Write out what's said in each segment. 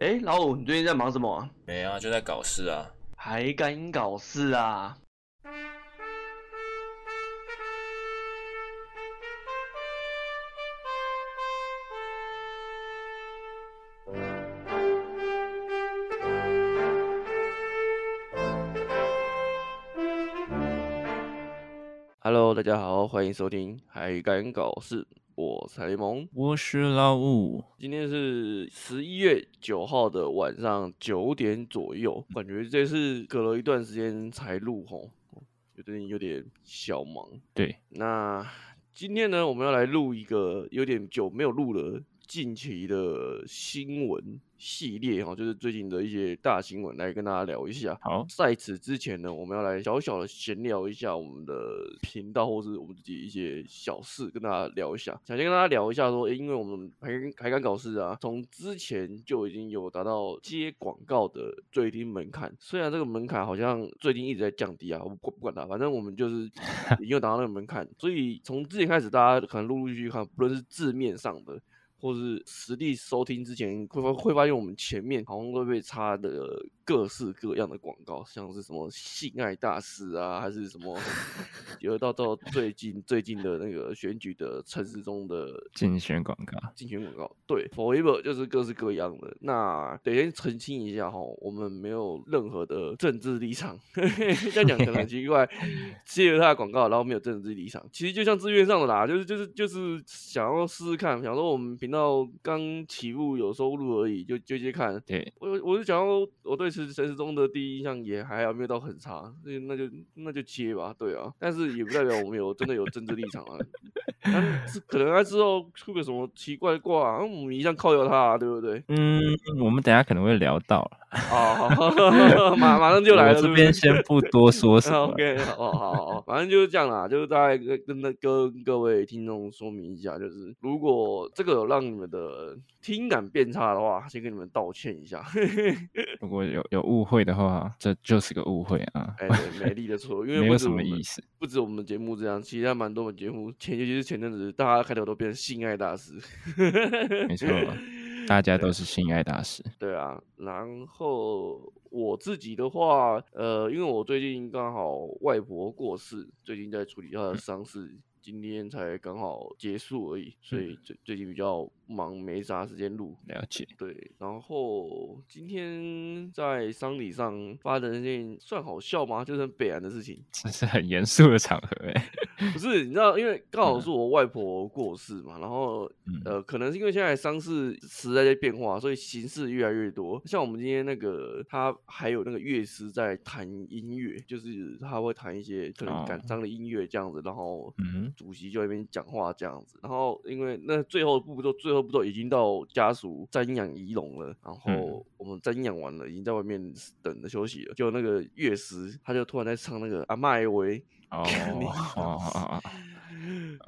哎，老五，你最近在忙什么啊？没啊，就在搞事啊。还敢搞事啊？Hello，大家好，欢迎收听《还敢搞事》，我是雷蒙，我是老五，今天是十一月九号的晚上九点左右，感觉这次隔了一段时间才录吼，有点有点小忙。对，那今天呢，我们要来录一个有点久没有录了，近期的新闻系列哈，就是最近的一些大新闻来跟大家聊一下。好，在此之前呢，我们要来小小的闲聊一下我们的频道或是我们自己一些小事，跟大家聊一下。想先跟大家聊一下说，诶因为我们还还敢搞事啊，从之前就已经有达到接广告的最低门槛，虽然这个门槛好像最近一直在降低啊，我不不管它，反正我们就是已经有达到那个门槛，所以从之前开始，大家可能陆陆续续看，不论是字面上的。或是实地收听之前，会发会发现我们前面好像都被插的各式各样的广告，像是什么性爱大师啊，还是什么，有到到最近最近的那个选举的城市中的竞选广告。竞选广告，对，Forever 就是各式各样的。那得先澄清一下哈，我们没有任何的政治立场， 这样讲可能很奇怪，接了他的广告，然后没有政治立场，其实就像自愿上的啦，就是就是就是想要试试看，想说我们频道刚起步有收入而已，就就接看。对，我我就想要我对陈陈时中的第一印象也还好，没有到很差，那那就那就切吧，对啊，但是也不代表我们有真的有政治立场啊，啊是可能他之后出个什么奇怪卦、啊，我们一样靠摇他、啊，对不对？嗯，我们等一下可能会聊到啦，啊，好 马马上就来了，我是这不边是先不多说什么。 OK，好好好，好，反正就是这样啦，就是大概跟跟那跟各位听众说明一下，就是如果这个有让你们的听感变差的话，先跟你们道歉一下。如果有有误会的话，这就是个误会啊，哎，对，美丽的错，因为没不止有我什么们意思。不止我们节目这样，其他蛮多的节目，前尤其是前阵子，大家开头都变成性爱大师。没错，大家都是性爱大师。对啊，然后我自己的话，呃，因为我最近刚好外婆过世，最近在处理她的丧事，今天才刚好结束而已，所以最最近比较忙，没啥时间录。了解，对，然后今天在丧礼上发生一件算好笑吗？就是很北然的事情，这是很严肃的场合哎、不是，你知道，因为刚嗯好是我外婆过世嘛，然后呃，可能是因为现在丧事时代在变化，所以形式越来越多。像我们今天那个，他还有那个乐师在弹音乐，就是他会弹一些可能感哦伤的音乐这样子，然后嗯主席就在那边讲话这样子，然后因为那最后步骤，最后步骤已经到家属瞻仰仪容了，嗯然后我们瞻仰完了，已经在外面等着休息了，就那个乐师他就突然在唱那个阿麦维。哼，哦你哦哦哦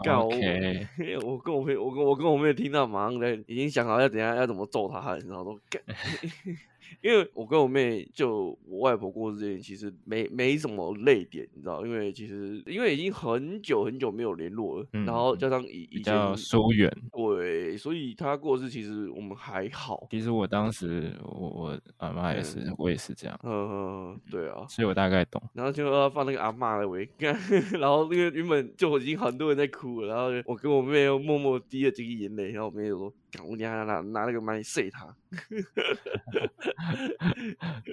干哦我，OK， 我跟我朋友，我跟我跟我妹听到，马上在已经想好要等一下要怎么揍他，然后都 干。因为我跟我妹就我外婆过世之前，其实没没什么泪点，你知道，因为其实因为已经很久很久没有联络了，嗯然后加上以以比前较疏远。对，所以她过世其实我们还好，其实我当时，我我阿妈也嗯是，我也是这样，嗯，对啊，所以我大概懂。然后就要放那个阿嬷的围 干，然后那个原本就已经很多人在哭了，然后我跟我妹又默默滴了几个眼泪，然后我妹就说：“干我等一下拿拿那个麦碎他。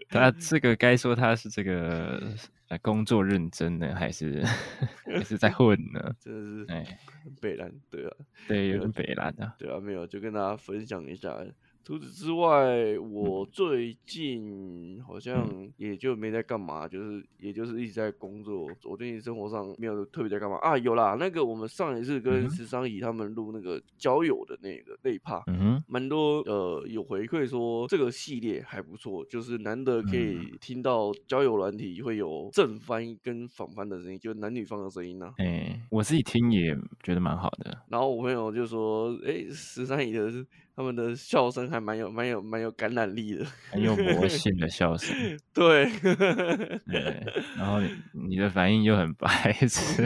他嗯这个该说他是这个呃工作认真呢，还是 还是在混呢”？真的哎，是很北蓝，对啊，对，有点北蓝啊。对啊，没有就跟大家分享一下。除此之外，我最近好像也就没在干嘛，就是也就是一直在工作。我最近生活上没有特别在干嘛啊，有啦，那个我们上一次嗯跟石商仪他们录那个交友的那个那一趴，嗯哼，蛮多呃有回馈说这个系列还不错，就是难得可以听到交友软体会有正翻跟反翻的声音，就是男女方的声音呢、哎，我自己听也觉得蛮好的。然后我朋友就说：“哎、十三姨的，他他们的笑声还蛮有蛮有蛮有感染力的。 很有魔性的笑声，对， 对，然后你你的反应又很白 痴，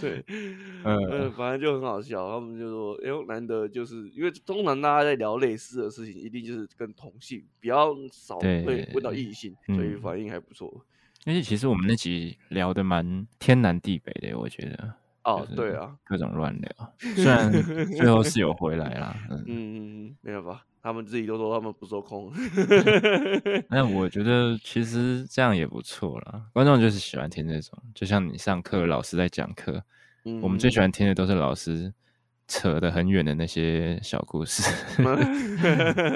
对，呃，嗯反正就很好笑。他们就说：“哎呦，难得就是因为通常大家在聊类似的事情，一定就是跟同性，比较少对会问到异性，所以嗯反应还不错。而且其实我们那集聊的蛮天南地北的，我觉得哦就，对是嗯啊，各种乱聊，虽然最后是有回来啦，嗯，嗯，没有吧？他们自己都说他们不受控。那我觉得其实这样也不错啦，观众就是喜欢听这种，就像你上课老师在讲课，我们最喜欢。欢听的都是老师扯得很远的那些小故事。 嗯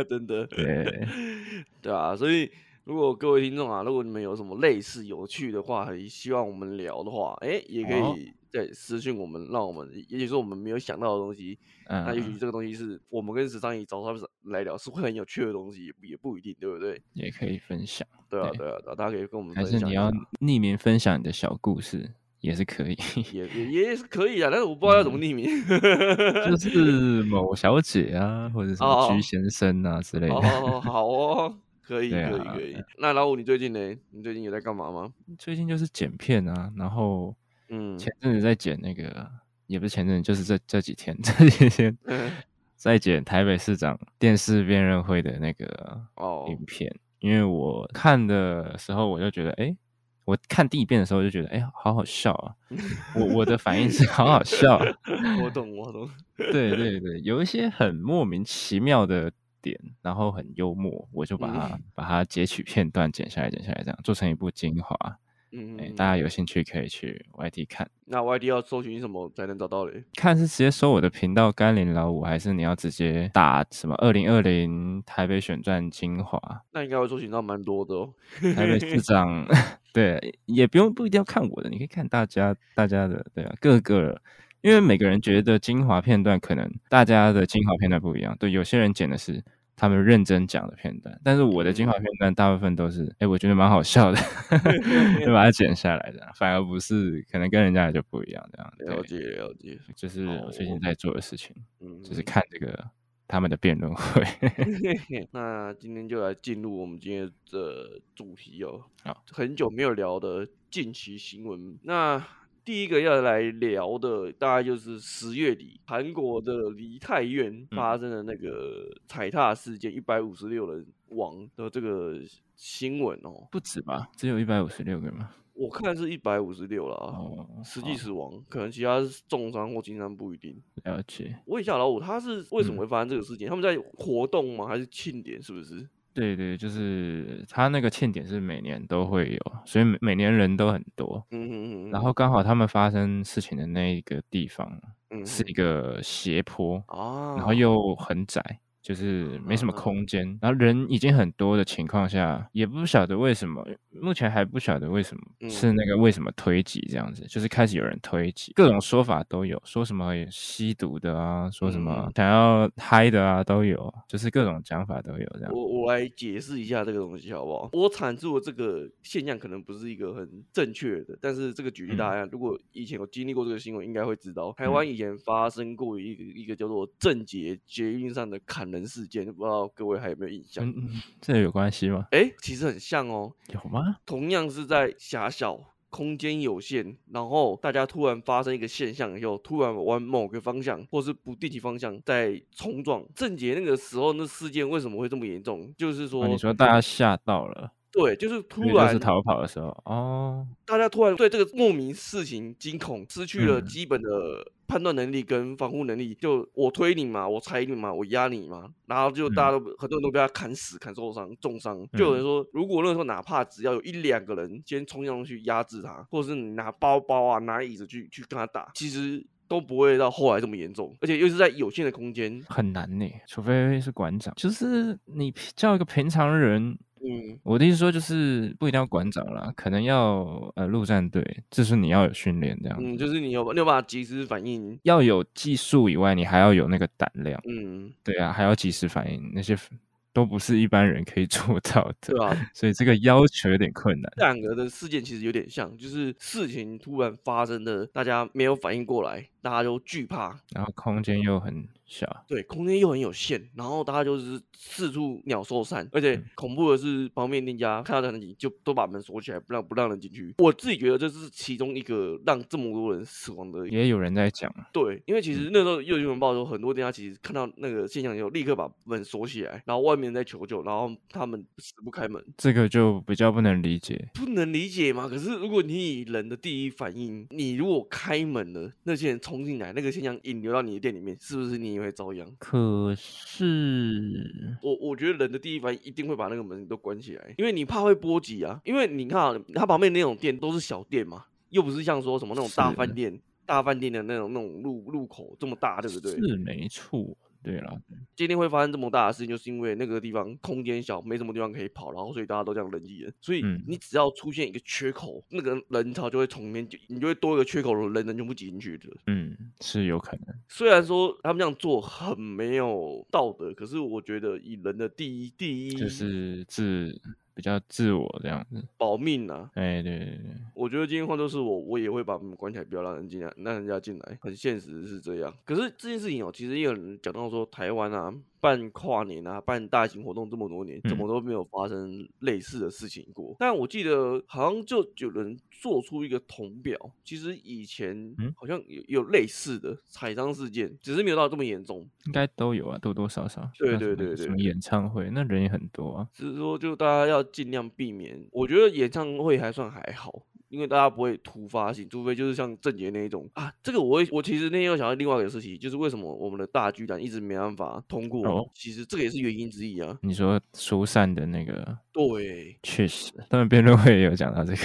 真的，对， 对啊，所以如果各位听众啊，如果你们有什么类似有趣的话题，希望我们聊的话，哎、也可好以对私信我们，让我们也许是我们没有想到的东西，那也许嗯，这个东西是我们跟时尚仪找他们来聊，是会很有趣的东西，也不也不一定，对不对？也可以分享，对啊，对对啊，对啊大家可以跟我们还分是享一下。你要匿名分享你的小故事也是可 以，也也也是可以啊，但是我不知道要怎嗯么匿名。就是某小姐啊，或者什哦么哦居先生啊之类的。哦，好哦，可以，对可以，啊可以。那老五，你最近呢？你最近有在干嘛吗？最近就是剪片啊，然后嗯，前阵子在剪那个，也不是前阵子，就是这这几天， 这几天嗯在剪台北市长电视辩论会的那个哦，影片，因为我看的时候我就觉得，哎，我看第一遍的时候就觉得，哎，好好笑 啊！我我的反应是好好笑、啊， 我懂，我懂。对对对，有一些很莫名其妙的点，然后很幽默，我就把它、嗯把它截取片段剪下来，剪下来，这样做成一部精华。嗯，哎、嗯大家有兴趣可以去 YT 看。那 YD 要搜寻什么才能找到嘞？看是直接搜我的频道“甘霖老五”，还是你要直接打什么“二零二零台北选战精华那应该会搜寻到蛮多的哦。”？台 北市长对，也不用不一定要看我的，你可以看大家大家的，对啊，各个，因为每个人觉得精华片段可能大家的精华片段不一样，对，有些人剪的是他们认真讲的片段，但是我的嗯精华片段大部分都是，哎、我觉得蛮好笑 的，就把它剪下来的，反而不是可能跟人家就不一样这样，了对，解了解，就是我最哦近在做的事情。嗯，就是看这个他们的辩论会。那今天就来进入我们今天的主题哦。好，很久没有聊的近期新闻。那第一个要来聊的，大概就是十月底韩国的梨泰院嗯发生的那个踩踏事件，一百五十六人亡的这个新闻哦。不止吧？ 只有一百五十六个吗？我看是一百五十六了啊，哦，实际死亡，可能其他是重伤或轻伤不一定。了解。问一下老五，他是为什么嗯会发生这个事情？他们在活动吗？还是庆典？是不是？对对，就是他那个庆典是每年都会有，所以每每年人都很多。嗯嗯嗯。然后刚好他们发生事情的那一个地方嗯是嗯一个斜坡，啊，然后又很窄，就是没什么嗯嗯空间，然后人已经很多的情况下，也不晓得为什么，目前还不晓得为什么、嗯是那个为什么推挤这样子，就是开始有人推挤，各种说法都有，说什么吸毒的啊，说什嗯么嗯想要嗨的啊，都有，就是各种讲法都有这样。我我来解释一下这个东西好不好？我阐述的这个现象可能不是一个很正确的，但是这个举例嗯大家、如果以前有经历过这个新闻，应该会知道，台湾以前发生过一个一个叫做正捷捷运上的砍人事件，不知道各位还有没有印象？嗯，嗯这有关系吗？哎、其实很像哦，有吗？同样是在狭小。空间有限，然后大家突然发生一个现象以后，突然往某个方向或是不定期方向在冲撞。正杰那个时候那事件为什么会这么严重？就是说，哦、你说大家吓到了，对，就是突所以就然是逃跑的时候哦，大家突然对这个莫名事情惊恐，失去了嗯基本的判断能力跟防护能力。就我推你嘛，我踩你嘛，我压你嘛，然后就大家都、很多人都被他砍死、砍受伤、重伤。就有人说，如果那时候哪怕只要有一两个人先冲上去压制他，或者是你拿包包啊、拿椅子去去跟他打，其实。都不会到后来这么严重，而且又是在有限的空间，很难呢，除非是馆长，就是你叫一个平常人嗯，我的意思说，就是不一定要馆长啦，可能要呃陆战队，就是你要有训练这样子，嗯，就是你有你有办法及时反应，要有技术以外，你还要有那个胆量，嗯，对啊，还要及时反应，那些都不是一般人可以 做到的，对啊，所以这个要求有点困难。这两个的事件其实有点像，就是事情突然发生的，大家没有反应过来，大家都惧怕，然后空间又很小，对，空间又很有限，然后大家就是四处鸟兽散，而且嗯恐怖的是，旁边店家看到这样的景就都把门锁起来，不让不让人进去。我自己觉得这是其中一个让这么多人死亡的也有人在讲，对，因为其实那时候又有新闻报说，很多店家其实看到那个现象以后，立刻把门锁起来，然后外面在求救，然后他们死不开门，这个就比较不能理解。不能理解嘛。可是如果你以人的第一反应，你如果开门了，那些人冲进来，那个现象引流到你的店里面，是不是你也会遭殃？可是，我我觉得人的第一反应一定会把那个门都关起来，因为你怕会波及啊。因为你看啊，它旁边那种店都是小店嘛，又不是像说什么那种大饭是店、大饭店的那种那种路路口这么大，对不对？是没错，对啦，今天会发生这么大的事情，就是因为那个地方空间小，没什么地方可以跑，然后所以大家都这样人挤人。所以嗯你只要出现一个缺口，那个人潮就会从里面就你就会多一个缺口，人人全部挤进去的。嗯，是有可能。虽然说他们这样做很没有道德，可是我觉得以人的第一第一就是嗯自比较自我这样子。保命啊，哎，对对对，我觉得今天换作是我，我也会把门关起来，不要让人进来，让人家进来。很现实是这样。可是这件事情哦，其实也有人讲到说，台湾啊办跨年啊办大型活动这么多年，怎么都没有发生类似的事情过。但我记得好像就有人做出一个铜表，其实以前嗯好像有有类似的踩伤事件，只是没有到这么严重。应该都有啊，多多少少。对像对什么对什对么对演唱会，那人也很多啊。只是说，就大家要尽量避免。我觉得演唱会还算还好，因为大家不会突发性，除非就是像郑杰那一种啊。这个我会，我其实那天又想到另外一个事情，就是为什么我们的大巨蛋一直没办法通过，哦其实这个也是原因之一啊。你说疏散的那个，对，确实，他们辩论会也有讲到这个。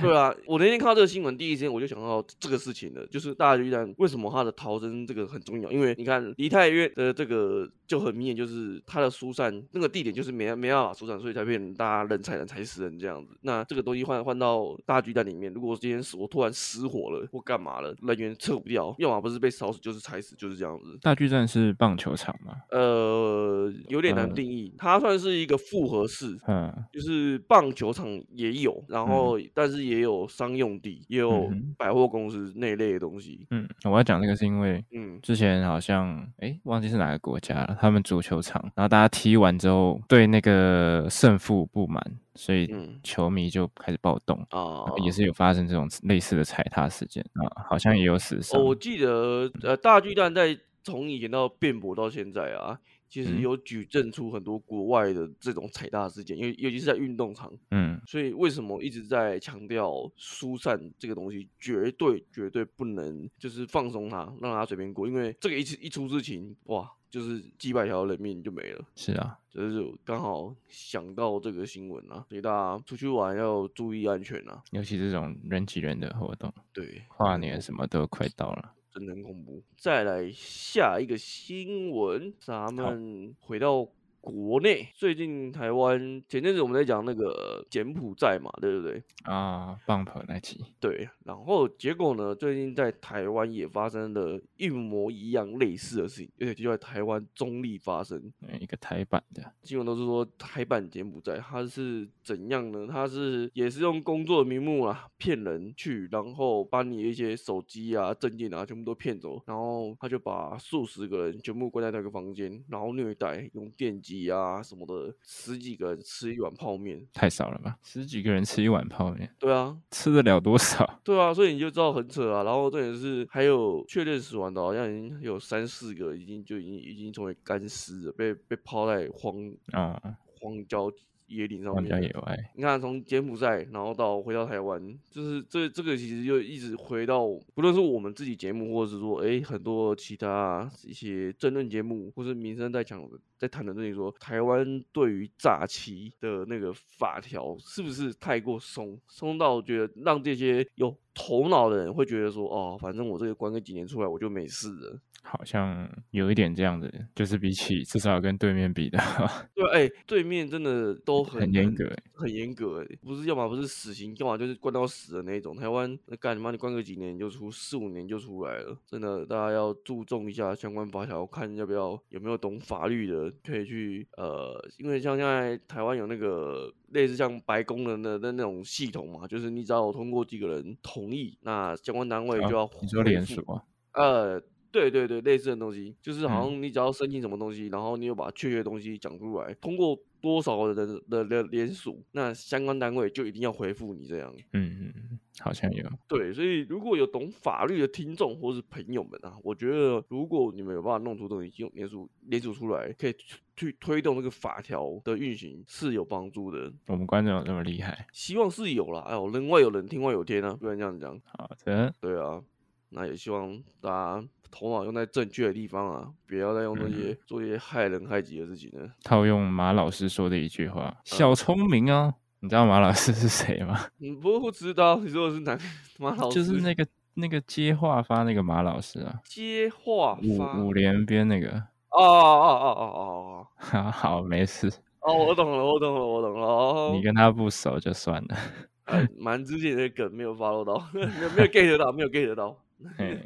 对啊，我那天看到这个新闻，第一时间我就想到这个事情了，就是大巨蛋为什么它的逃生这个很重要，因为你看梨泰院的这个就很明显，就是它的疏散那个地点就是没没办法疏散，所以才变成大家人踩人踩死人这样子。那这个东西换换到大巨蛋里面，如果今天死我突然失火了或干嘛了，人员撤不掉，要么不是被烧死就是踩死，就是这样子。大巨蛋是棒球场嘛？呃，有点难嗯定义，它算是一个复合式，嗯，就是棒球场也有，然后但是也有商用地，也有嗯哼百货公司那一类的东西。嗯，我要讲这个是因为嗯，之前好像哎忘记是哪个国家了，他们足球场，然后大家踢完之后对那个胜负不满，所以嗯球迷就开始暴动，啊然后，也是有发生这种类似的踩踏事件啊，好像也有死伤哦，。我记得呃，大巨蛋在从以前到辩驳到现在啊，其实嗯有举证出很多国外的这种踩踏事件，因为尤其是在运动场，嗯，所以为什么一直在强调疏散这个东西，绝对绝对不能就是放松它，让它随便过，因为这个一次一出事情，哇，就是几百条人命就没了。是啊，就是刚好想到这个新闻啊，所以大家出去玩要注意安全啊。尤其这种人挤人的活动，对，跨很年恐什么都快到了。真的很恐怖。再来下一个新闻，咱们回到国内，最近台湾前阵子我们在讲那个柬埔寨嘛，对不对？啊，bump 那集，对，然后结果呢，最近在台湾也发生了一模一样类似的事情，而且就在台湾中立发生。嗯一个台版的，新闻都是说台版柬埔寨，它是怎样呢？它是也是用工作名目啊骗人去，然后把你一些手机啊、证件啊全部都骗走，然后他就把数十个人全部关在那个房间，然后虐待，用电击啊什么的，十几个人吃一碗泡面。太少了吧？十几个人吃一碗泡面，对啊，吃得了多少？对啊，所以你就知道很扯啊。然后重点是还有确认死亡的，好像已经有三四个已经就已经已经成为干尸了，被被抛在荒啊， 荒郊野岭上荒面郊了。野外，你看，从柬埔寨，然后到回到台湾，就是这这个其实就一直回到，不论是我们自己节目，或者是说，诶很多其他一些政论节目，或是民生在讲的在谈的这里说，台湾对于诈欺的那个法条是不是太过松，松到觉得让这些有头脑的人会觉得说，哦，反正我这个关个几年出来我就没事了。好像有一点这样子，就是比起至少跟对面比的话，对，哎、对面真的都很很严很格欸很严格、欸，不是要么不是死刑，要么就是关到死的那一种。台湾那干你妈，你关个几年你就出，四五年就出来了。真的，大家要注重一下相关法条，看要不要有没有懂法律的可以去呃，因为像现在台湾有那个类似像白宫的那那那种系统嘛，就是你只要有通过几个人同意，那相关单位啊就要你说回连复锁啊，呃，对对对，类似的东西，就是好像你只要申请什么东西，然后你有把确切的东西讲出来，通过多少的的的联署，那相关单位就一定要回复你这样。嗯嗯，好像有，对，所以如果有懂法律的听众或是朋友们啊，我觉得如果你们有办法弄出东西，用联署联署出来，可以去去推动这个法条的运行是有帮助的。我们观众有这么厉害。希望是有啦，哎呦，人外有人，天外有天啊，不能这样讲。好的，对啊，那也希望大家头脑用在正确的地方啊，不要再用这嗯些、做一些害人害己的事情了。套用马老师说的一句话：“小聪明哦。”你知道马老师是谁吗？你嗯不不知道，你说的是哪个马老师？就是那个那个接话发那个马老师啊，接话五发。五连鞭那个。哦哦哦哦哦好 好，没事，哦，哦，我懂了，我懂了，我懂了。哦你跟他不熟就算了。呃，蛮之前的梗没有 follow 到， 没有没有 get 到，没有 get 到。 嘿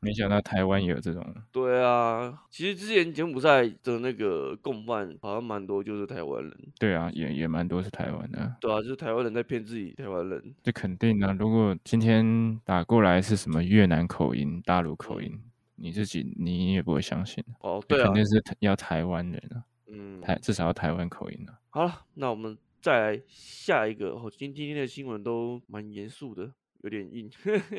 没想到台湾也有这种，对啊，其实之前柬埔寨的那个共犯好像蛮多，就是台湾人。对啊，也也蛮多是台湾的，对啊，就是台湾人在骗自己台湾人。这肯定啊。如果今天打过来是什么越南口音、大陆口音，你自己你也不会相信，哦，嗯对啊肯，定是台要台湾人啊，嗯，台至少要台湾口音啊。好了，那我们再来下一个。哦，今天的新闻都蛮严肃的，有点硬。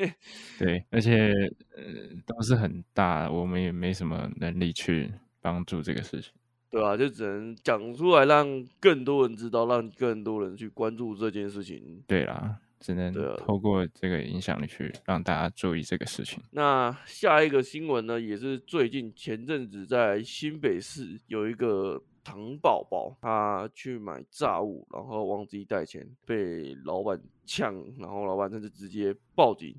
对，而且呃都是很大，我们也没什么能力去帮助这个事情。对啊，就只能讲出来，让更多人知道，让更多人去关注这件事情。对啦，只能对啊透过这个影响力去让大家注意这个事情。那下一个新闻呢，也是最近前阵子在新北市有一个糖宝宝，他去买炸物，然后忘记带钱，被老板呛，然后老板甚至直接报警。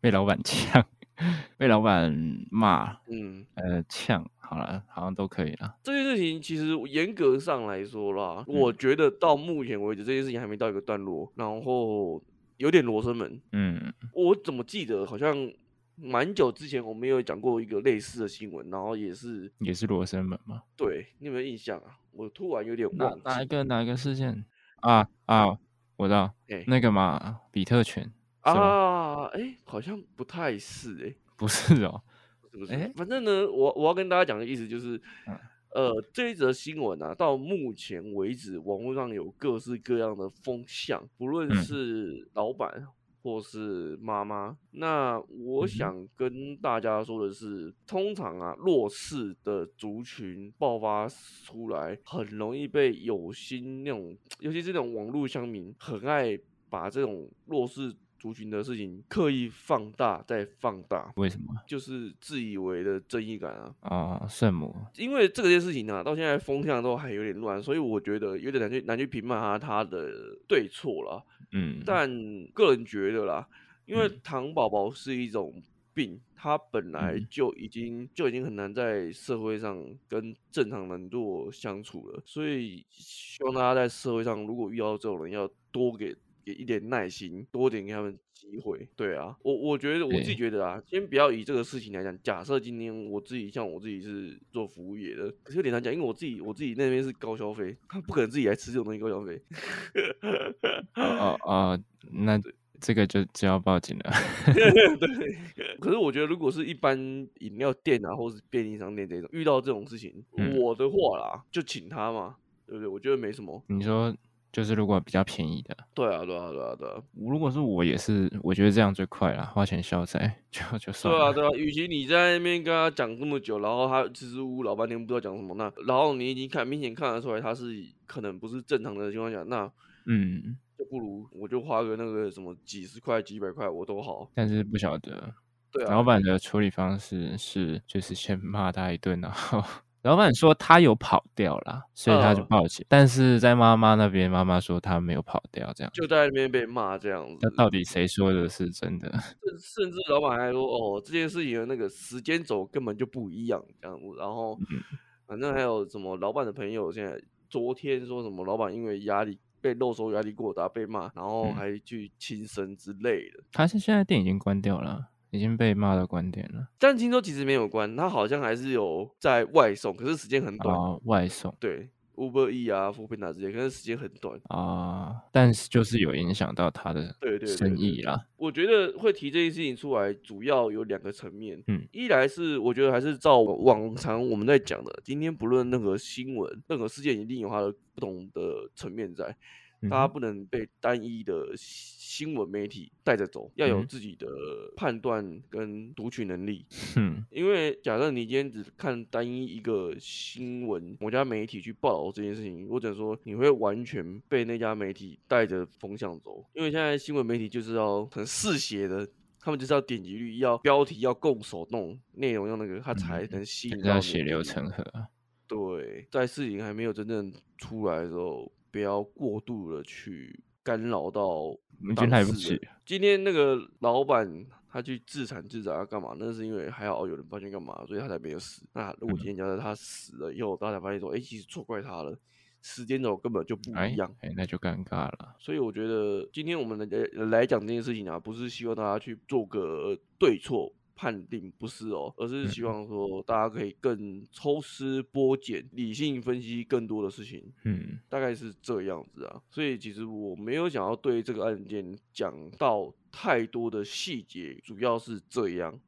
被老板呛， 被老板骂，嗯，呃，呛，好了，好像都可以了。这件事情其实严格上来说啦，嗯我觉得到目前为止这件事情还没到一个段落，然后有点罗生门。嗯，我怎么记得好像蛮久之前我们有讲过一个类似的新闻，然后也是也是罗生门嘛。对，你有没有印象啊？我突然有点哪忘哪一记。个哪一个事件啊啊？我知道哎那个嘛，比特犬是吗啊，哎，好像不太是哎、不是哦，是不是？诶反正呢，我我要跟大家讲的意思就是嗯，呃，这一则新闻啊，到目前为止，网络上有各式各样的风向，不论嗯是老板或是妈妈。那我嗯哼想跟大家说的是，通常啊，弱势的族群爆发出来，很容易被有心那种，尤其是那种网络乡民，很爱把这种弱势。族群的事情刻意放大，再放大，为什么就是自以为的正义感啊。啊？圣母因为这件事情呢、啊，到现在风向都还有点乱，所以我觉得有点难去难去评判它它的对错啦。嗯，但个人觉得啦，因为嗯糖宝宝是一种病，它本来嗯就已经就已经很难在社会上跟正常人做相处了，所以希望大家在社会上如果遇到这种人，要多给。给一点耐心，多点给他们机会。对啊，我我觉得我自己对觉得啊，先不要以这个事情来讲。假设今天我自己像我自己是做服务业的，可是有点难讲，因为我自己我自己那边是高消费，他不可能自己来吃这种东西高消费。哦哦哦，那这个就就要报警了。 对，可是我觉得，如果是一般饮料店啊，或是便利商店这种，遇到这种事情，嗯我的话啦，就请他嘛，对不对？我觉得没什么。你说就是如果比较便宜的，对啊，对啊，对啊，对啊，如果是我也是，我觉得这样最快了，花钱消灾就就算对了。啊，对啊。与其你在那边跟他讲这么久，然后他支支吾吾老半天不知道讲什么，那然后你已经看明显看得出来他是可能不是正常的情况下，那嗯，就不如我就花个那个什么几十块、几百块我都好。但是不晓得对老啊，板的处理方式是，就是先骂他一顿，然后 老板说他有跑掉啦，所以他就嗯报警。但是在妈妈那边，妈妈说他没有跑掉，这样。就在那边被骂这样子那。到底谁说的是真的？ 甚甚至老板还说哦，这件事情的那个时间轴根本就不一样这样子。然后嗯反正还有什么老板的朋友现在昨天说什么老板因为压力被漏收压力过大被骂，然后嗯还去轻生之类的。他是现在店已经关掉了，已经被骂到关店了，但听说其实没有关，他好像还是有在外送，可是时间很然短。后外送。对， Uber E 啊、f o o p a n d a 之类，可是时间很短。啊，但是就是有影响到他的对对对生对意啦。我觉得会提这件事情出来，主要有两个层面。嗯，一来是我觉得还是照往常我们在讲的，今天不论任何新闻、任何事件，一定有它的不同的层面在，嗯大家哼不能被单一的新新闻媒体带着走，要有嗯自己的判断跟读取能力。嗯因为假设你今天只看单一一个新闻，某家媒体去报道这件事情，或者说你会完全被那家媒体带着风向走。因为现在新闻媒体就是要很嗜血的，他们就是要点击率、要标题、要够手动，内容要那个，它才嗯能吸引就是到要你血的流注意成河啊。对，在事情还没有真正出来的时候，不要过度的去干扰到我觉当得来不事人及。今天那个老板他去自产自砸干嘛？那是因为还好有人发现干嘛，所以他才没有死。那如嗯果今天假设他死了以后，大家发现说，哎、其实错怪他了，时间哦轴根本就不哎一样。哎，那就尴尬了。所以我觉得今天我们来来讲这件事情啊，不是希望大家去做个对错判定，不是哦，而是希望说大家可以更抽丝剥茧，理性分析更多的事情，嗯大概是这样子啊。所以其实我没有想要对这个案件讲到太多的细节，主要是这样。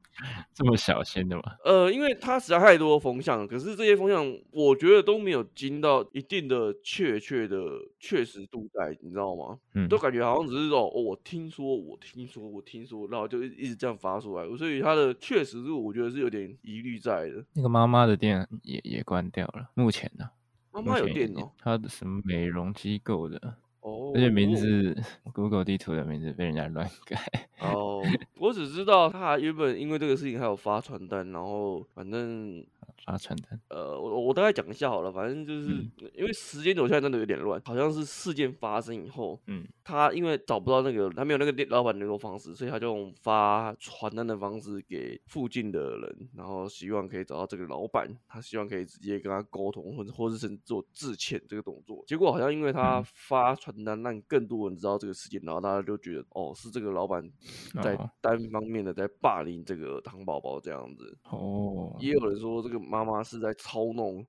这么小心的吗？呃，因为它实在太多风向了，可是这些风向我觉得都没有经到一定的确切的确实度在，你知道吗？嗯，都感觉好像只是哦，哦我听说，我听说，我听说，然后就一一直这样发出来，所以它的确实是我觉得是有点疑虑在的。那个妈妈的店也也关掉了，目前呢、妈目妈有前电也哦，她的什么美容机构的，哦，而且名我字 Google 地图的名字被人家乱 改。哦，我只知道他原本因为这个事情还有发传单，然后反正发传单，呃，我我大概讲一下好了，反正就是、嗯因为时间轴现在真的有点乱，好像是事件发生以后，嗯，他因为找不到那个他没有那个店老板联络方式，所以他就用发传单的方式给附近的人，然后希望可以找到这个老板，他希望可以直接跟他沟通，或者或是甚至做致歉这个动作。结果好像因为他嗯发传单，让更多人知道这个事件，然后大家就觉得哦，是这个老板 在哦单方面的在霸凌这个糖宝宝这样子。哦，也有人说这个妈妈是在操弄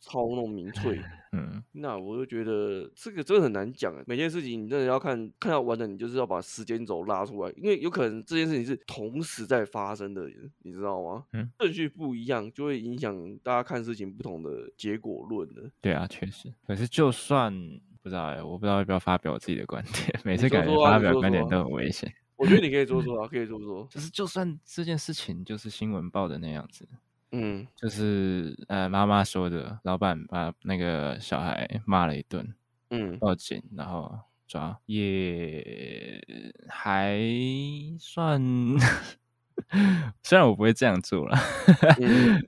操弄民 粹，嗯，那我就觉得这个真的很难讲欸。每件事情你真的要看看到完整，你就是要把时间轴拉出来，因为有可能这件事情是同时在发生的，你知道吗？嗯，顺序不一样，就会影响大家看事情不同的结果论的。对啊，确实。可是就算不知道哎、我不知道要不要发表我自己的观点， 每你次说感觉说啊发你表说观说点啊都很危险。我觉得你可以说说啊，可以说 说。就是就算这件事情就是新闻报的那样子，嗯，就是呃妈妈说的，老板把那个小孩骂了一顿，嗯，报警，然后抓，也还算， 虽然我不会这样做啦， 嗯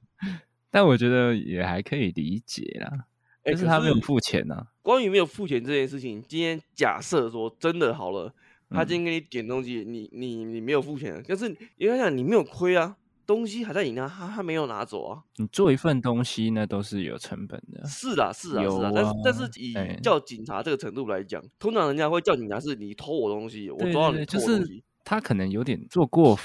但我觉得也还可以理解啦。哎、但可是他没有付钱呐、啊，关于没有付钱这件事情，今天假设说真的好了，他嗯今天给你点东西，你你你没有付钱，但是你想想你没有亏啊，东西还在你那，他他没有拿走啊。你做一份东西呢都是有成本的，是啦，是啦，是啦，啊有但是但是啊以哎叫警察这个程度来讲，通常人家会叫警察是你偷我东西，我对抓到对你对就偷我东是西，他可能有点做过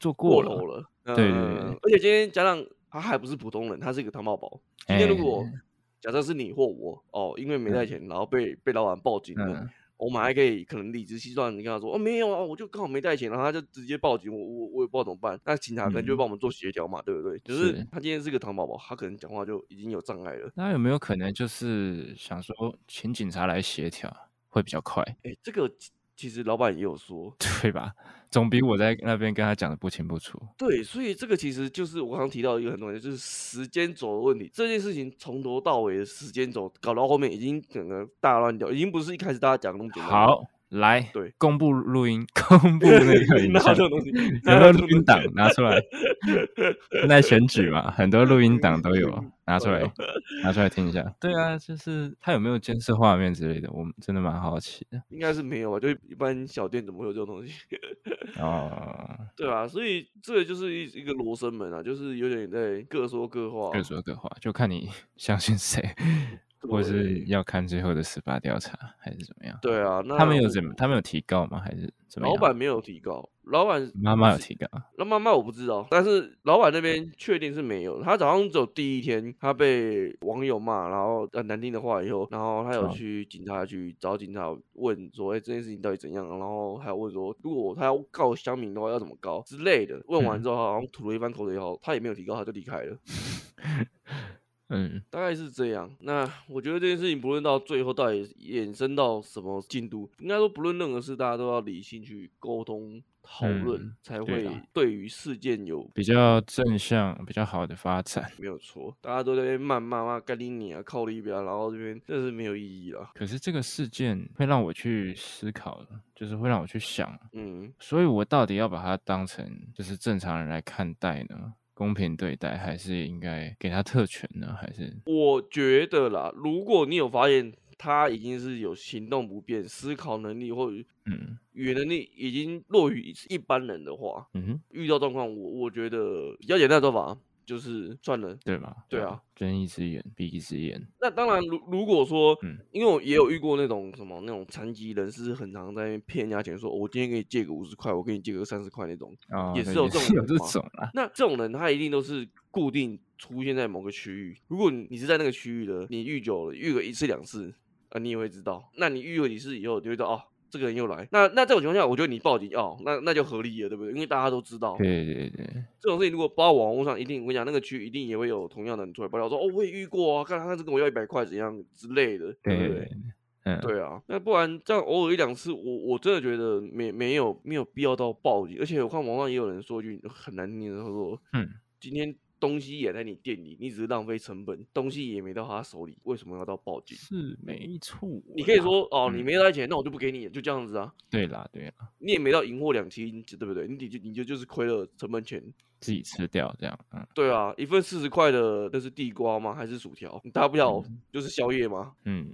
做过过头了，了。对对嗯对而且今天加上他还不是普通人，他是一个糖宝宝。今天如果哎假设是你或我哦，因为没带钱，然后被被老板报警了，嗯我们还可以可能理直气壮，你跟他说哦没有啊，我就刚好没带钱，然后他就直接报警，我我我也不知道怎么办。那警察可能就会嗯帮我们做协调嘛，对不对？就是是他今天是个糖宝宝，他可能讲话就已经有障碍了。那有没有可能就是想说请警察来协调会比较快，哎，这个其其实老板也有说， 对吧？总比我在那边跟他讲的不清不楚。对，所以这个其实就是我刚刚提到一个很重要，就是时间轴的问题。这件事情从头到尾的时间轴搞到后面已经整个大乱掉，已经不是一开始大家讲的那么简单了。好，来，对，公布录音， 公布 那个影哪有 像这，种东西，有哪没这有录种音东档西拿出来？现在选举嘛，很多录音档都有，拿出来，拿出来听一下。对啊，就是他有没有监视画面之类的，我们真的蛮好奇的。应该是没有吧？就一般小店怎么会有这种东西？ 哦，对啊，所以这个就是一一个罗哦生门啊，就是有点在各说各话。各说各话，就看你相信谁。或是对要看最后的司法调查还是怎么样？对啊，那他们有我怎么？他们有提告吗？还是怎么老样？板没有提高，老板妈妈有提告，那妈妈我不知道，但是老板那边确定是没有。他早上只有第一天，他被网友骂，然后呃难听的话以后，然后他有哦去警察局找警察问说，哎、这件事情到底怎样？然后还有问说，如果他要告乡民的话要怎么告之类的。问完嗯之后，他好像吐了一番口水以后，他也没有提高，他就离开了，嗯，大概是这样。那我觉得这件事情不论到最后到底衍生到什么进度，应该说不论任何事，大家都要理性去沟通。讨论、嗯才对会啦对于事件有比较正向、比较好的发展。没有错，大家都在那边谩骂骂干你你啊，靠一边，然后这边真的是没有意义了。可是这个事件会让我去思考，就是会让我去想，嗯，所以我到底要把它当成就是正常人来看待呢？公平对待，还是应该给他特权呢？还是我觉得啦，如果你有发现他已经是有行动不便、思考能力或语嗯言能力已经弱于一般人的话，嗯哼，遇到状况，我我觉得比较简单的做法就是算了。对吧？对啊，睁一只眼闭一只眼，那当然，如如果说嗯，因为我也有遇过那种什么那种残疾人士，很常在那边骗人家钱，说哦我今天给你借个五十块，我给你借个三十块那种，哦，也对是有这种有人这嘛种啊，那这种人他一定都是固定出现在某个区域。如果你你是在那个区域的，你遇久了，遇个一次两次，啊，你也会知道。那你遇了几次以后，你就会知道哦，这个人又来。那那这种情况下，我觉得你报警哦，那那就合理了，对不对？因为大家都知道对对对，这种事情，如果包到网络上，一定我跟你讲，那个区一定也会有同样的人出来爆料说，哦，我也遇过啊，看他这跟我要一百块怎样之类的，对不对？，嗯，对啊，那不然这样偶尔一两次，我我真的觉得没没有没有必要到报警。而且我看网上也有人说一句很难听的，他说：“嗯，今天东西也在你店里，你只是浪费成本，东西也没到他手里，为什么要到报警？是没错啦。你可以说哦，你嗯没带钱，那我就不给你，就这样子啊。对啦对啦，你也没到赢货两清，对不对？你你就你就就是亏了成本钱。自己吃掉这样，嗯对啊，一份四十块的，那是地瓜吗？还是薯条？你大不了嗯就是宵夜吗？嗯，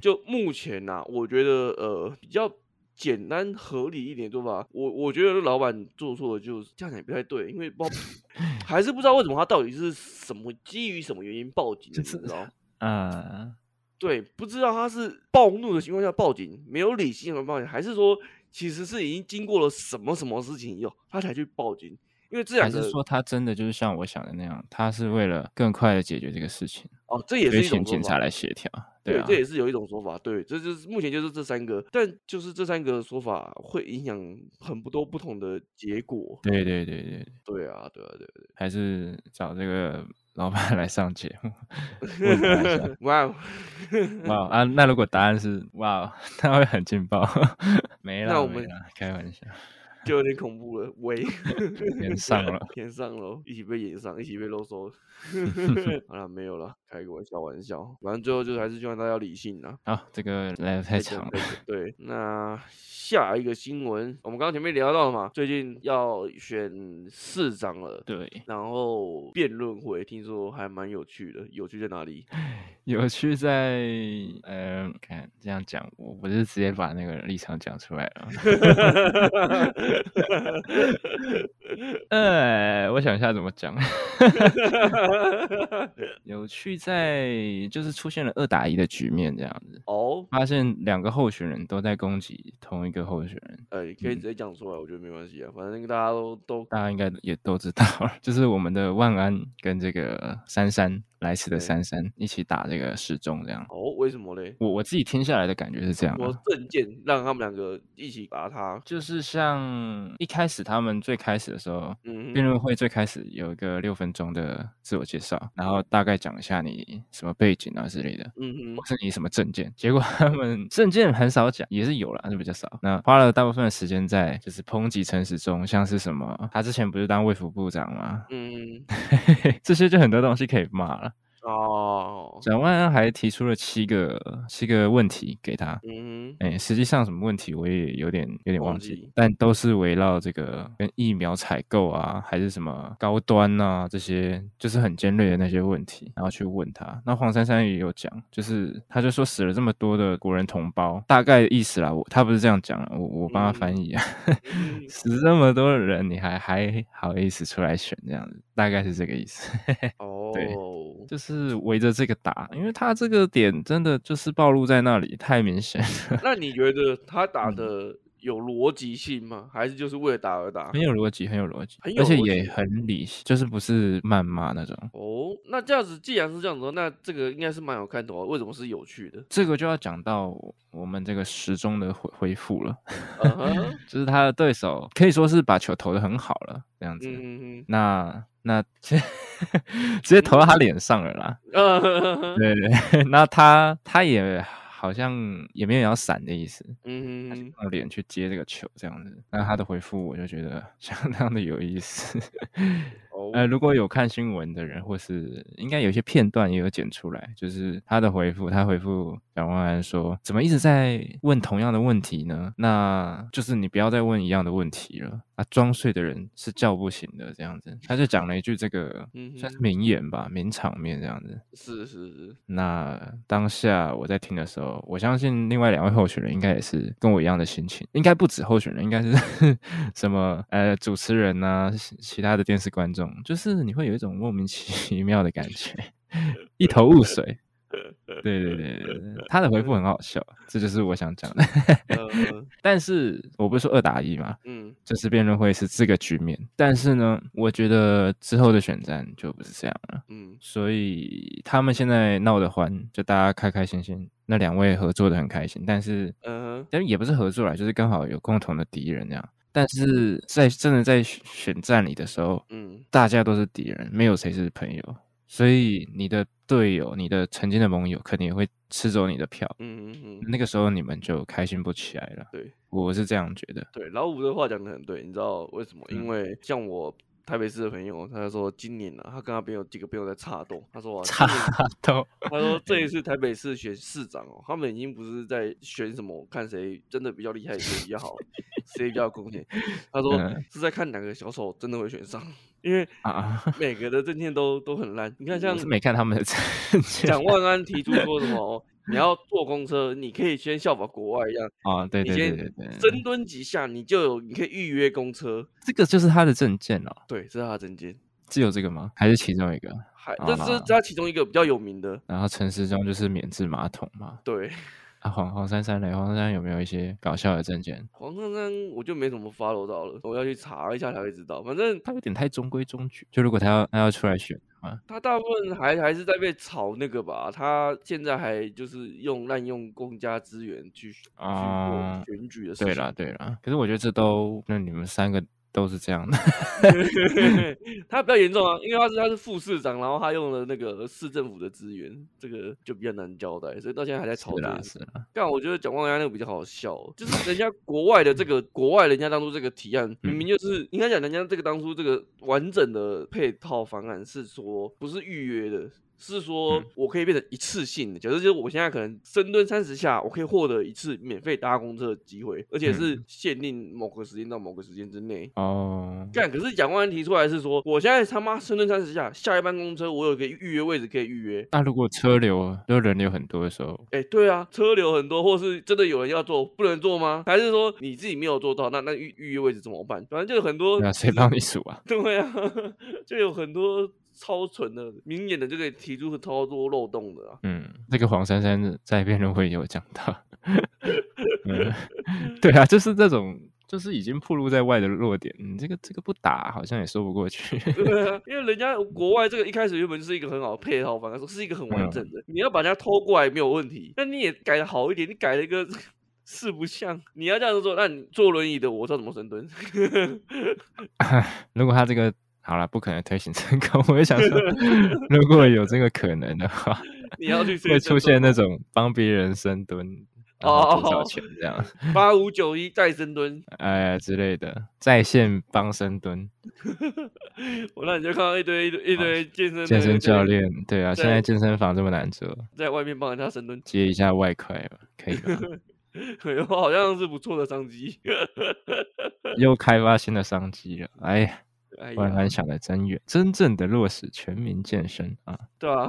就目前呐、我觉得呃比较简单合理一点做法，我我觉得老板做错了，就是这样讲也不太对，因为不知道 还是不知道为什么他到底是什么基于什么原因报警的，就你知是道？啊，对，不知道他是暴怒的情况下报警，没有理性的报警，还是说其实是已经经过了什么什么事情以后他才去报警？因为这还两个是说他真的就是像我想的那样，他是为了更快的解决这个事情，哦，这也所以是一种请做警法察。来协调，对，啊这，也是有一种说法。对，这就是目前就是这三个，但就是这三个说法会影响很不多不同的结果。对对对对，对对啊，对啊，对啊还是找这个老板来上节 目，问他一对下啊。哇哦，哇啊，那如果答案是哇， 那会很劲爆，没那啦我没们啦，开玩 笑，就有点恐怖了。喂， 连上了，天上喽，一起被演上，一起被啰 嗦。好了，没有了，开个玩笑，玩笑。反正最后就是还是希望大家理性啊。好，这个来的太这个长了这，个对，那下一个新闻，我们刚刚前面聊到了嘛，最近要选市长了。对，然后辩论会听说还蛮有趣的，有趣在哪里？有趣在，呃，看这样讲，我不是直接把那个立场讲出来了。 呃，我想一下怎么讲。 有趣在就是出现了二打一的局面，这样子，哦，发现两个候选人都在攻击同一个候选人，呃，可以直接讲出来，我觉得没关系啊，反正大家都都大家应该也都知道了， 就是我们的万安跟这个珊珊莱斯的对珊珊一起打这个时钟，这样。哦，为什么嘞？我我自己听下来的感觉是这样、啊，我证件让他们两个一起打他，就是像一开始他们最开始的时候，嗯辩哼，论会最开始有一个六分钟的自我介绍，然后大概讲一下你什么背景啊之类的。嗯或哼，是你什么证件？结果他们证件很少讲，也是有啦，是比较少。那花了大部分的时间在就是抨击陈时中，像是什么他之前不是当卫福部长吗？ 嗯，这些就很多东西可以骂了。哦，蒋万安还提出了七个七个问题给他，嗯哼，哎、实际上什么问题我也有点有点忘忘记，记但都是围绕这个跟疫苗采购啊，还是什么高端啊这些，就是很尖锐的那些问题，然后去问他。那黄珊珊也有讲，就是他就说死了这么多的国人同胞，大概的意思啦，我他不是这样讲啊，我我帮他翻译啊，嗯 死这么多人，你还还好意思出来选这样子，大概是这个意思。哦， 就是围着这个打，因为他这个点真的就是暴露在那里，太明显了，那你觉得他打的有逻辑性吗？还是就是为了打而打？很有逻辑，很有逻辑很，有而且逻也辑很理性，就是不是谩骂那种。哦，那这样子，既然是这样子的话，那这个应该是蛮有看头啊。为什么是有趣的？这个就要讲到我们这个时钟的恢恢复了，嗯哼，就是他的对手可以说是把球投的很好了，这样子。嗯嗯那那 直接投到他脸上了啦。嗯，对对， 那他他也好像也没有要闪的意思，嗯他就哼，用脸去接这个球这样子。那他的回复我就觉得相当的有意思。哦， 呃，如果有看新闻的人，或是应该有一些片段也有剪出来，就是他的回复，他回复蒋万安说：“怎么一直在问同样的问题呢？那就是你不要再问一样的问题了啊！装睡的人是叫不醒的。”这样子，他就讲了一句这个嗯算是哼名言吧，名场面这样子。是是 是，那当下我在听的时候，我相信另外两位候选人应该也是跟我一样的心情，应该不止候选人，应该是 什么呃主持人呐、其其他的电视观众，就是你会有一种莫名其妙的感觉， 一头雾水。对对对对，对他的回复很好笑，这就是我想讲的。 呃，但是我不是说二打一嘛，嗯，就是辩论会是这个局面，但是呢，我觉得之后的选战就不是这样了。嗯，所以他们现在闹得欢，就大家开开心心。那两位合作的很开心，但是嗯哼，但也不是合作啦，就是刚好有共同的敌人这样。但是在真的在选选战里的时候，嗯，大家都是敌人，没有谁是朋友。所以你的队友、你的曾经的盟友，肯定也会吃走你的票。嗯嗯嗯，那个时候你们就开心不起来了。对，我是这样觉 得。对，老五的话讲的很对，你知道为什么？因嗯为像我。台北市的朋友，他说今年啊，他跟他朋友几个朋友在插斗，他说啊，今差年都他说这 一次台北市选市长哦，他们已经不是在选什么看谁真的比较厉害，谁比较好，谁比较有贡献。他说嗯是在看哪个小丑真的会选上，因为啊，每个的证件都都很烂。你看像我是没看他们的证 件蒋万安提出说什么哦，你要坐公车，你可以先效仿国外一样，啊，对你对对先对对，深蹲几下，你就有你可以预约公车。这个就是他的证件哦，对，这是他的证件。只有这个吗？还是其中一个？还这是啊他其中一个比较有名的。然后陈时中就是免治马桶嘛？对，啊，黄黄珊珊嘞，黄珊珊有没有一些搞笑的证件？黄珊珊我就没怎么 follow 到了，我要去查一下才会知道。反正他有点太中规中矩，就如果他要他要出来选啊，他大部分还还是在被炒那个吧，他现在还就是用滥用公家资源去去做啊选举的事情。对啦对啦，可是我觉得这都，那你们三个都是这样的， 他比较严重啊，因为他是他是副市长，然后他用了那个市政府的资源，这个就比较难交代，所以到现在还在是吵这啦件事。是啦，但我觉得蒋万安那个比较好笑哦，就是人家国外的这个国外人家当初这个提案，明嗯明就是应该讲人家这个当初这个完整的配套方案是说不是预约的。是说嗯，我可以变成一次性的，假设就是我现在可能深蹲三十下，我可以获得一次免费搭公车的机会，而嗯且是限定某个时间到某个时间之内。哦，干，可是蒋万安提出来是说，我现在他妈深蹲三十下，下一班公车我有一个预约位置可以预约。那如果车流就人流很多的时候，哎、对啊，车流很多，或是真的有人要做，不能做吗？还是说你自己没有做到？那那预预约位置怎么办？反正就有很多，那谁帮你数啊？ 对啊， 就有很多超蠢的、明眼的就可以提出超多漏洞的啊。嗯，这个黄珊珊在辩论会也有讲到， 嗯，对啊，就是这种，就是已经暴露在外的弱点，你这个这个不打好像也说不过去。对 啊，因为人家国外这个一开始原本是一个很好的配套方案，说是一个很完嗯整的，你要把人家偷过来没有问题，那你也改的好一点，你改了一个四不像，你要这样子做，那你坐轮椅的我知道怎么深蹲， 如果他这个好了，不可能推行成功， 我就想说，如果有这个可能的 话，你要去会出现那那种帮别人深蹲。然后多哦少钱这样，八五九一再深蹲， 哎之类的，在线帮深蹲，我那你就看到一堆一堆健身健的身在教练，对啊，现在在健身房这么难做，在外面帮人家深蹲， 接一下外快吧，可以吧？对，好像是不错的商机。 又开发新的商机了。哎呀，哎万呀，安想的真远，真正的落实全民健身啊！对啊，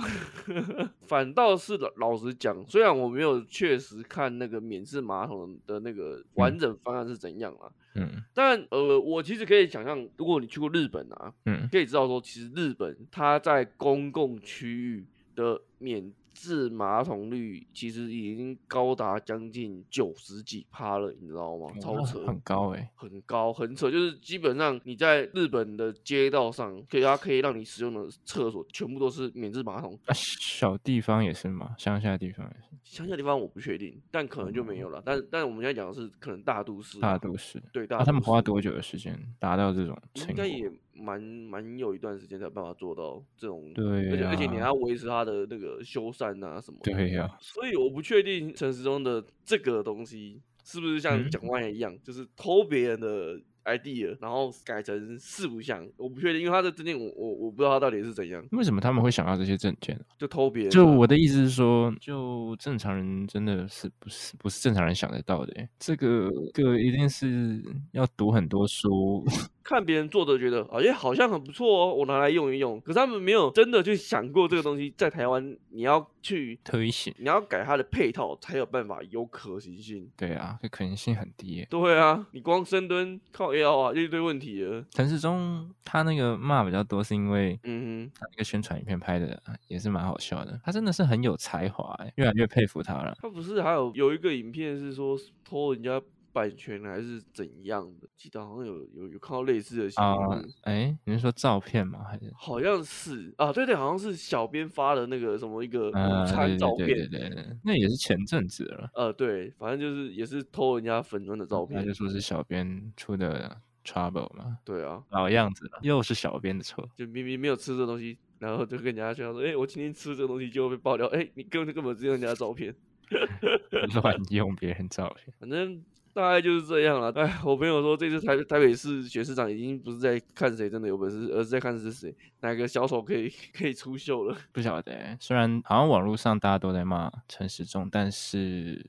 反倒是老老实讲，虽然我没有确实看那个免治马桶的那个完整方案是怎样啊，嗯但呃，我其实可以想象，如果你去过日本啊，嗯可以知道说，其实日本它在公共区域的免治马桶率其实已经高达将近九十几趴了，你知道吗？超哦那扯，很高哎、很高很扯，就是基本上你在日本的街道上，可以它可以让你使用的厕所全部都是免治马桶。啊小地方也是嘛，乡下地方也是，乡下地方我不确定，但可能就没有了。但但我们现在讲的是可能大都市啊，哦大都市。对大那、他们都市花多久的时间达到这种成应果该？也蛮蛮有一段时间才有办法做到这种，对而且而且你还呀要维持它的那个修缮啊什么的。对呀、所以我不确定陈时中的这个东西是不是像嗯蒋万也一样，就是偷别人的 idea，然后改成四不像。我不确定，因为他的证件我我我不知道他到底是怎样，为什么他们会想要这些证件？就偷别人的就啊。我的意思是说，就正常人真的是不是不是正常人想得到的欸，这个这个一定是要读很多书， 看别人做的，觉得哎、诶好像很不错哦，我拿来用一用。可是他们没有真的去想过这个东西在台湾你要去。推行。你要改它的配套才有办法有可行性。对啊，这可能性很低耶。对啊，你光深蹲靠腰啊，就一堆问题了。陈世忠他那个骂比较多，是因为嗯他那个宣传影片拍的也是蛮好笑的。他真的是很有才华欸，越来越佩服他了哼，。他不是还有有一个影片是说偷人家版权还是怎样的？记得好像有有有看到类似的新啊闻，，哎，你是说照片吗？还是好像是啊，对对，好像是小编发的那个什么一个午呃，餐对照对对对片，对对，那也是前阵子了。呃，对，反正就是也是偷人家粉砖的照他片嗯就。说是小编出的 trouble 嘛，对啊，老样子了，又是小编的错。就明明没有吃这东西，然后就跟人家炫耀说，哎、我今天吃这东西就会被爆料，哎、你根本就根本只用人家的照片。 乱用别人照片。反正大概就是这样了。哎，我朋友说，这次台台北市选市长已经不是在看谁真的有本事，而是在看是谁哪个小丑可以可以出秀了。不晓得欸、虽然好像网络上大家都在骂陈时中，但是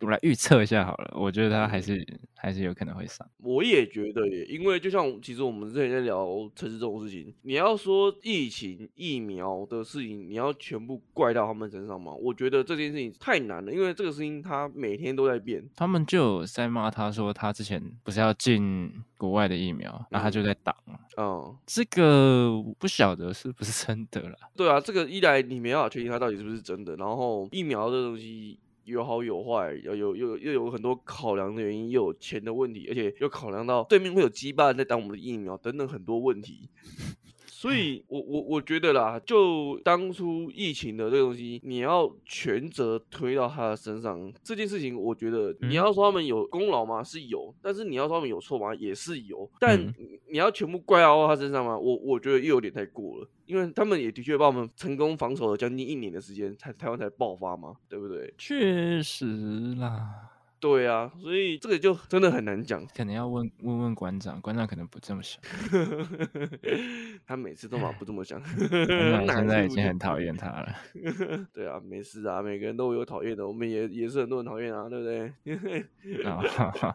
我来预测一下好了，我觉得他嗯还是、还是有可能会上。我也觉得耶，因为就像其实我们之前在聊城市这种事情，你要说疫情、疫苗的事情，你要全部怪到他们身上吗？我觉得这件事情太难了，因为这个事情它每天都在变。他们就有在骂他说他之前不是要进国外的疫苗，那他就在挡。嗯，这个我不晓得是不是真的啦。对啊，这个一来你没办法确定它到底是不是真的，然后疫苗这东西有好有坏，有有又又有很多考量的原因，又有钱的问题，而且又考量到对面会有羁绊在挡我们的疫苗等等很多问题。所以我，我我觉得啦，就当初疫情的这个东西，你要全责推到他的身上，这件事情，我觉得你嗯要说他们有功劳吗？是有，但是你要说他们有错吗？也是有，但嗯你你要全部怪到他身上吗？我我觉得又有点太过了，因为他们也的确帮我们成功防守了将近一年的时间，才台湾才爆发嘛，对不对？确实啦，对啊，所以这个就真的很难讲。 可能要问问问馆长，馆长可能不这么想。他每次都嘛不这么想，馆哪长现一在次不已经这很么讨厌 他了。对啊，没事啊，每个人都有讨厌的，我们也也是很多人讨厌啊，对不对？ 啊、 哈哈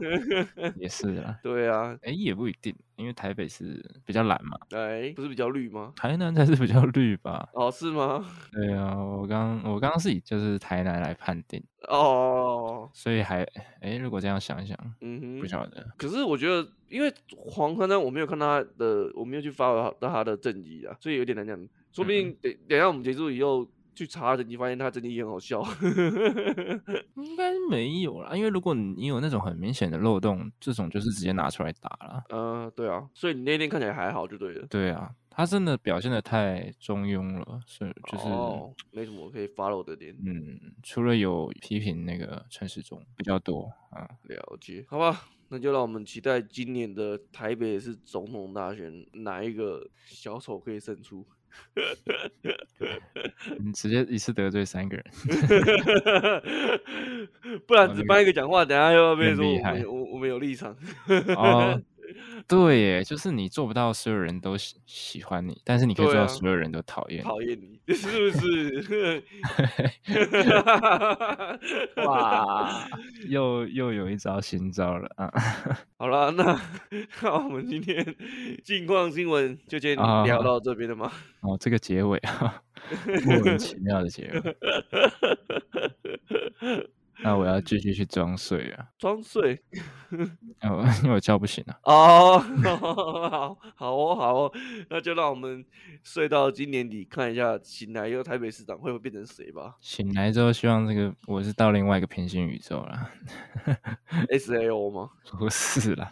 也是啦。对啊，哎，也不一定，因为台北是比较懒嘛，哎，不是比较绿吗？台南才是比较绿吧？哦，是吗？对啊，我刚我刚刚是以就是台南来判定，哦，所以还哎，如果这样想一想，嗯不哼。晓得，可是我觉得，因为黄珊珊我没有看到她的，我没有去发到她的政绩啊，所以有点难讲。说不嗯定等等一下我们结束以后去查她政绩，发现她政绩也很好笑。 应该没有啦，因为如果你有那种很明显的漏洞，这种就是直接拿出来打啦。嗯、对啊，所以你那天看起来还好就对了。对啊，他真的表现的太中庸了，是就是、哦，没什么可以 follow 的点。嗯，除了有批评那个陈时中比较多啊，了解，好吧，那就让我们期待今年的台北市总统大选，哪一个小丑可以胜出？ 你直接一次得罪三个人。不然哇只这个办一个讲话，等下又要被很说厉我们害有我我们有立场。 哦，对耶，就是你做不到所有人都喜喜欢你，但是你可以做对到啊所有人都讨厌你。讨厌你， 是不是？ 哇，又又有一招新招了啊！ 好了，那那我们今天近况新闻就先啊聊到这边了吗？哦，这个结 尾啊，莫名其妙的结尾。那我要继续去装睡啊，装睡哦， 因为我叫不醒啊。哦， 好好哦，好哦，那就让我们睡到今年底，看一下醒来以后台北市长会不会变成谁吧。醒来之后，希望这个我是到另外一个平行宇宙啦， S A O 吗？不是啦，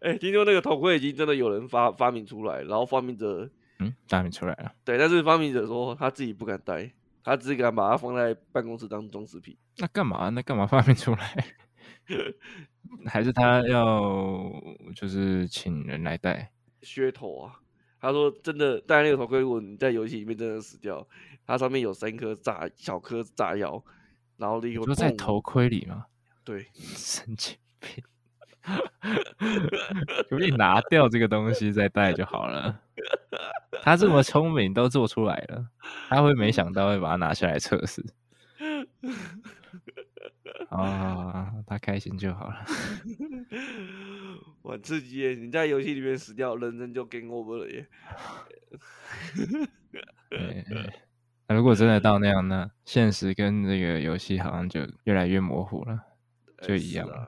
哎、听说那个头盔已经真的有人发发明出来，然后发明者嗯，大米出来了。对，但是发明者说他自己不敢戴，他只敢把它放在办公室当装饰品。那干嘛？那干嘛发明出来？ 还是他要就是请人来带？噱头啊。他说：“真的，戴那个头盔，如果你在游戏里面真的死掉，它上面有三颗炸小颗炸药，然后立刻就在砰头盔里吗？ 对， 神经病！ 可不可以拿掉这个东西再戴就好了？他这么聪明，都做出来了，他会没想到会把它拿下来测试。啊、他开心就好了。我刺激耶！你在游戏里面死掉，人生就 game over 了耶。对哎那如果真的到那样呢？现实跟这个游戏好像就越来越模糊了。哎就一是样啊。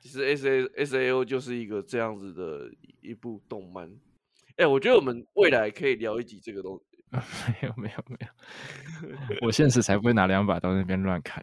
其实 S A S A O 就是一个这样子的一一部动漫。哎、我觉得我们未来可以聊一集这个东西。 没有没有没有，我现实才不会拿两把刀在那边乱砍。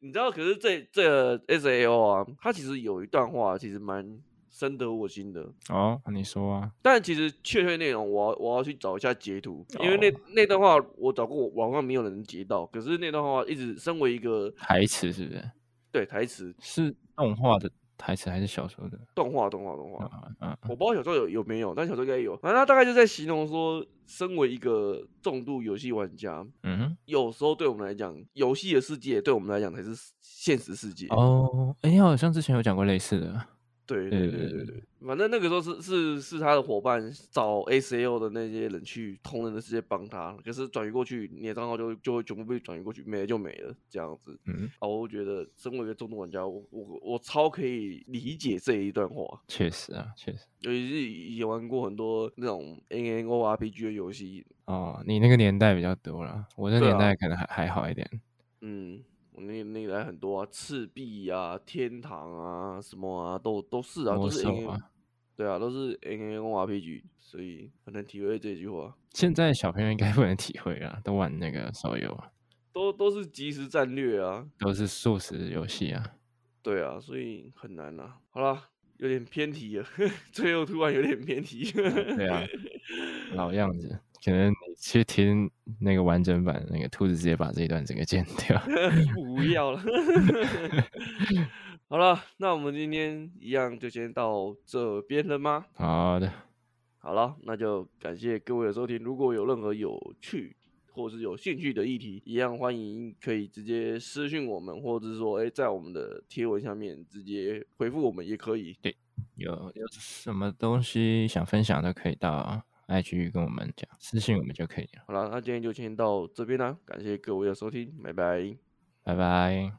你知道，可是这这个 S A O 啊，它其实有一段话，其实蛮深得我心的。哦，你说啊？但其实确切内容，我要我要去找一下截图，因为那、哦那段话我找过，网上没有人截到。可是那段话一直身为一个台词是不是？对台词是动画的台词还是小说的？动画动画动画，啊啊，我不知道小时候有有没有，但小时候应该有。反正他大概就在形容说，身为一个重度游戏玩家，嗯有时候对我们来讲，游戏的世界对我们来讲才是现实世界。哼，哦，哎，你好像之前有讲过类似的，对对对对对对对，反正那个时候是是是他的伙伴找 A C O 的那些人去同人的世界帮他，可是转移过去，你的账号就就会全部被转移过去，没了就没了这样子。嗯，啊，我觉得身为一个重度玩家，我我我超可以理解这一段话，确实啊，确实。尤其是也玩过很多那种 N N O R P G 的游戏，哦，你那个年代比较多了，我这对年啊代可能还还好一点。嗯，我那那个还很多啊，赤壁啊、天堂啊、什么啊，都都是啊，魔都是 N 兽 N，啊，对啊，都是 N N O R P G，所以很能体会这句话。现在小朋友应该不能体会啊，都玩那个手游啊，都都是即时战略啊，都是速食游戏啊。对啊，所以很难啊。好啦，有点偏题了， 最后突然有点偏题。 对啊，老样子，可能你去听那个完整版，那个兔子直接把这一段整个剪掉。 不要了。 好了，那我们今天一样就先到这边了吗？好的，好了，那就感谢各位的收听。如果有任何有趣或是有兴趣的议题，一样欢迎可以直接私信我们，或者是说，哎、在我们的贴文下面直接回复我们也可以。有有什么东西想分享都可以到 IG 跟我们讲，私信我们就可以了。好了，那今天就先到这边啦，感谢各位的收听，拜拜。拜拜。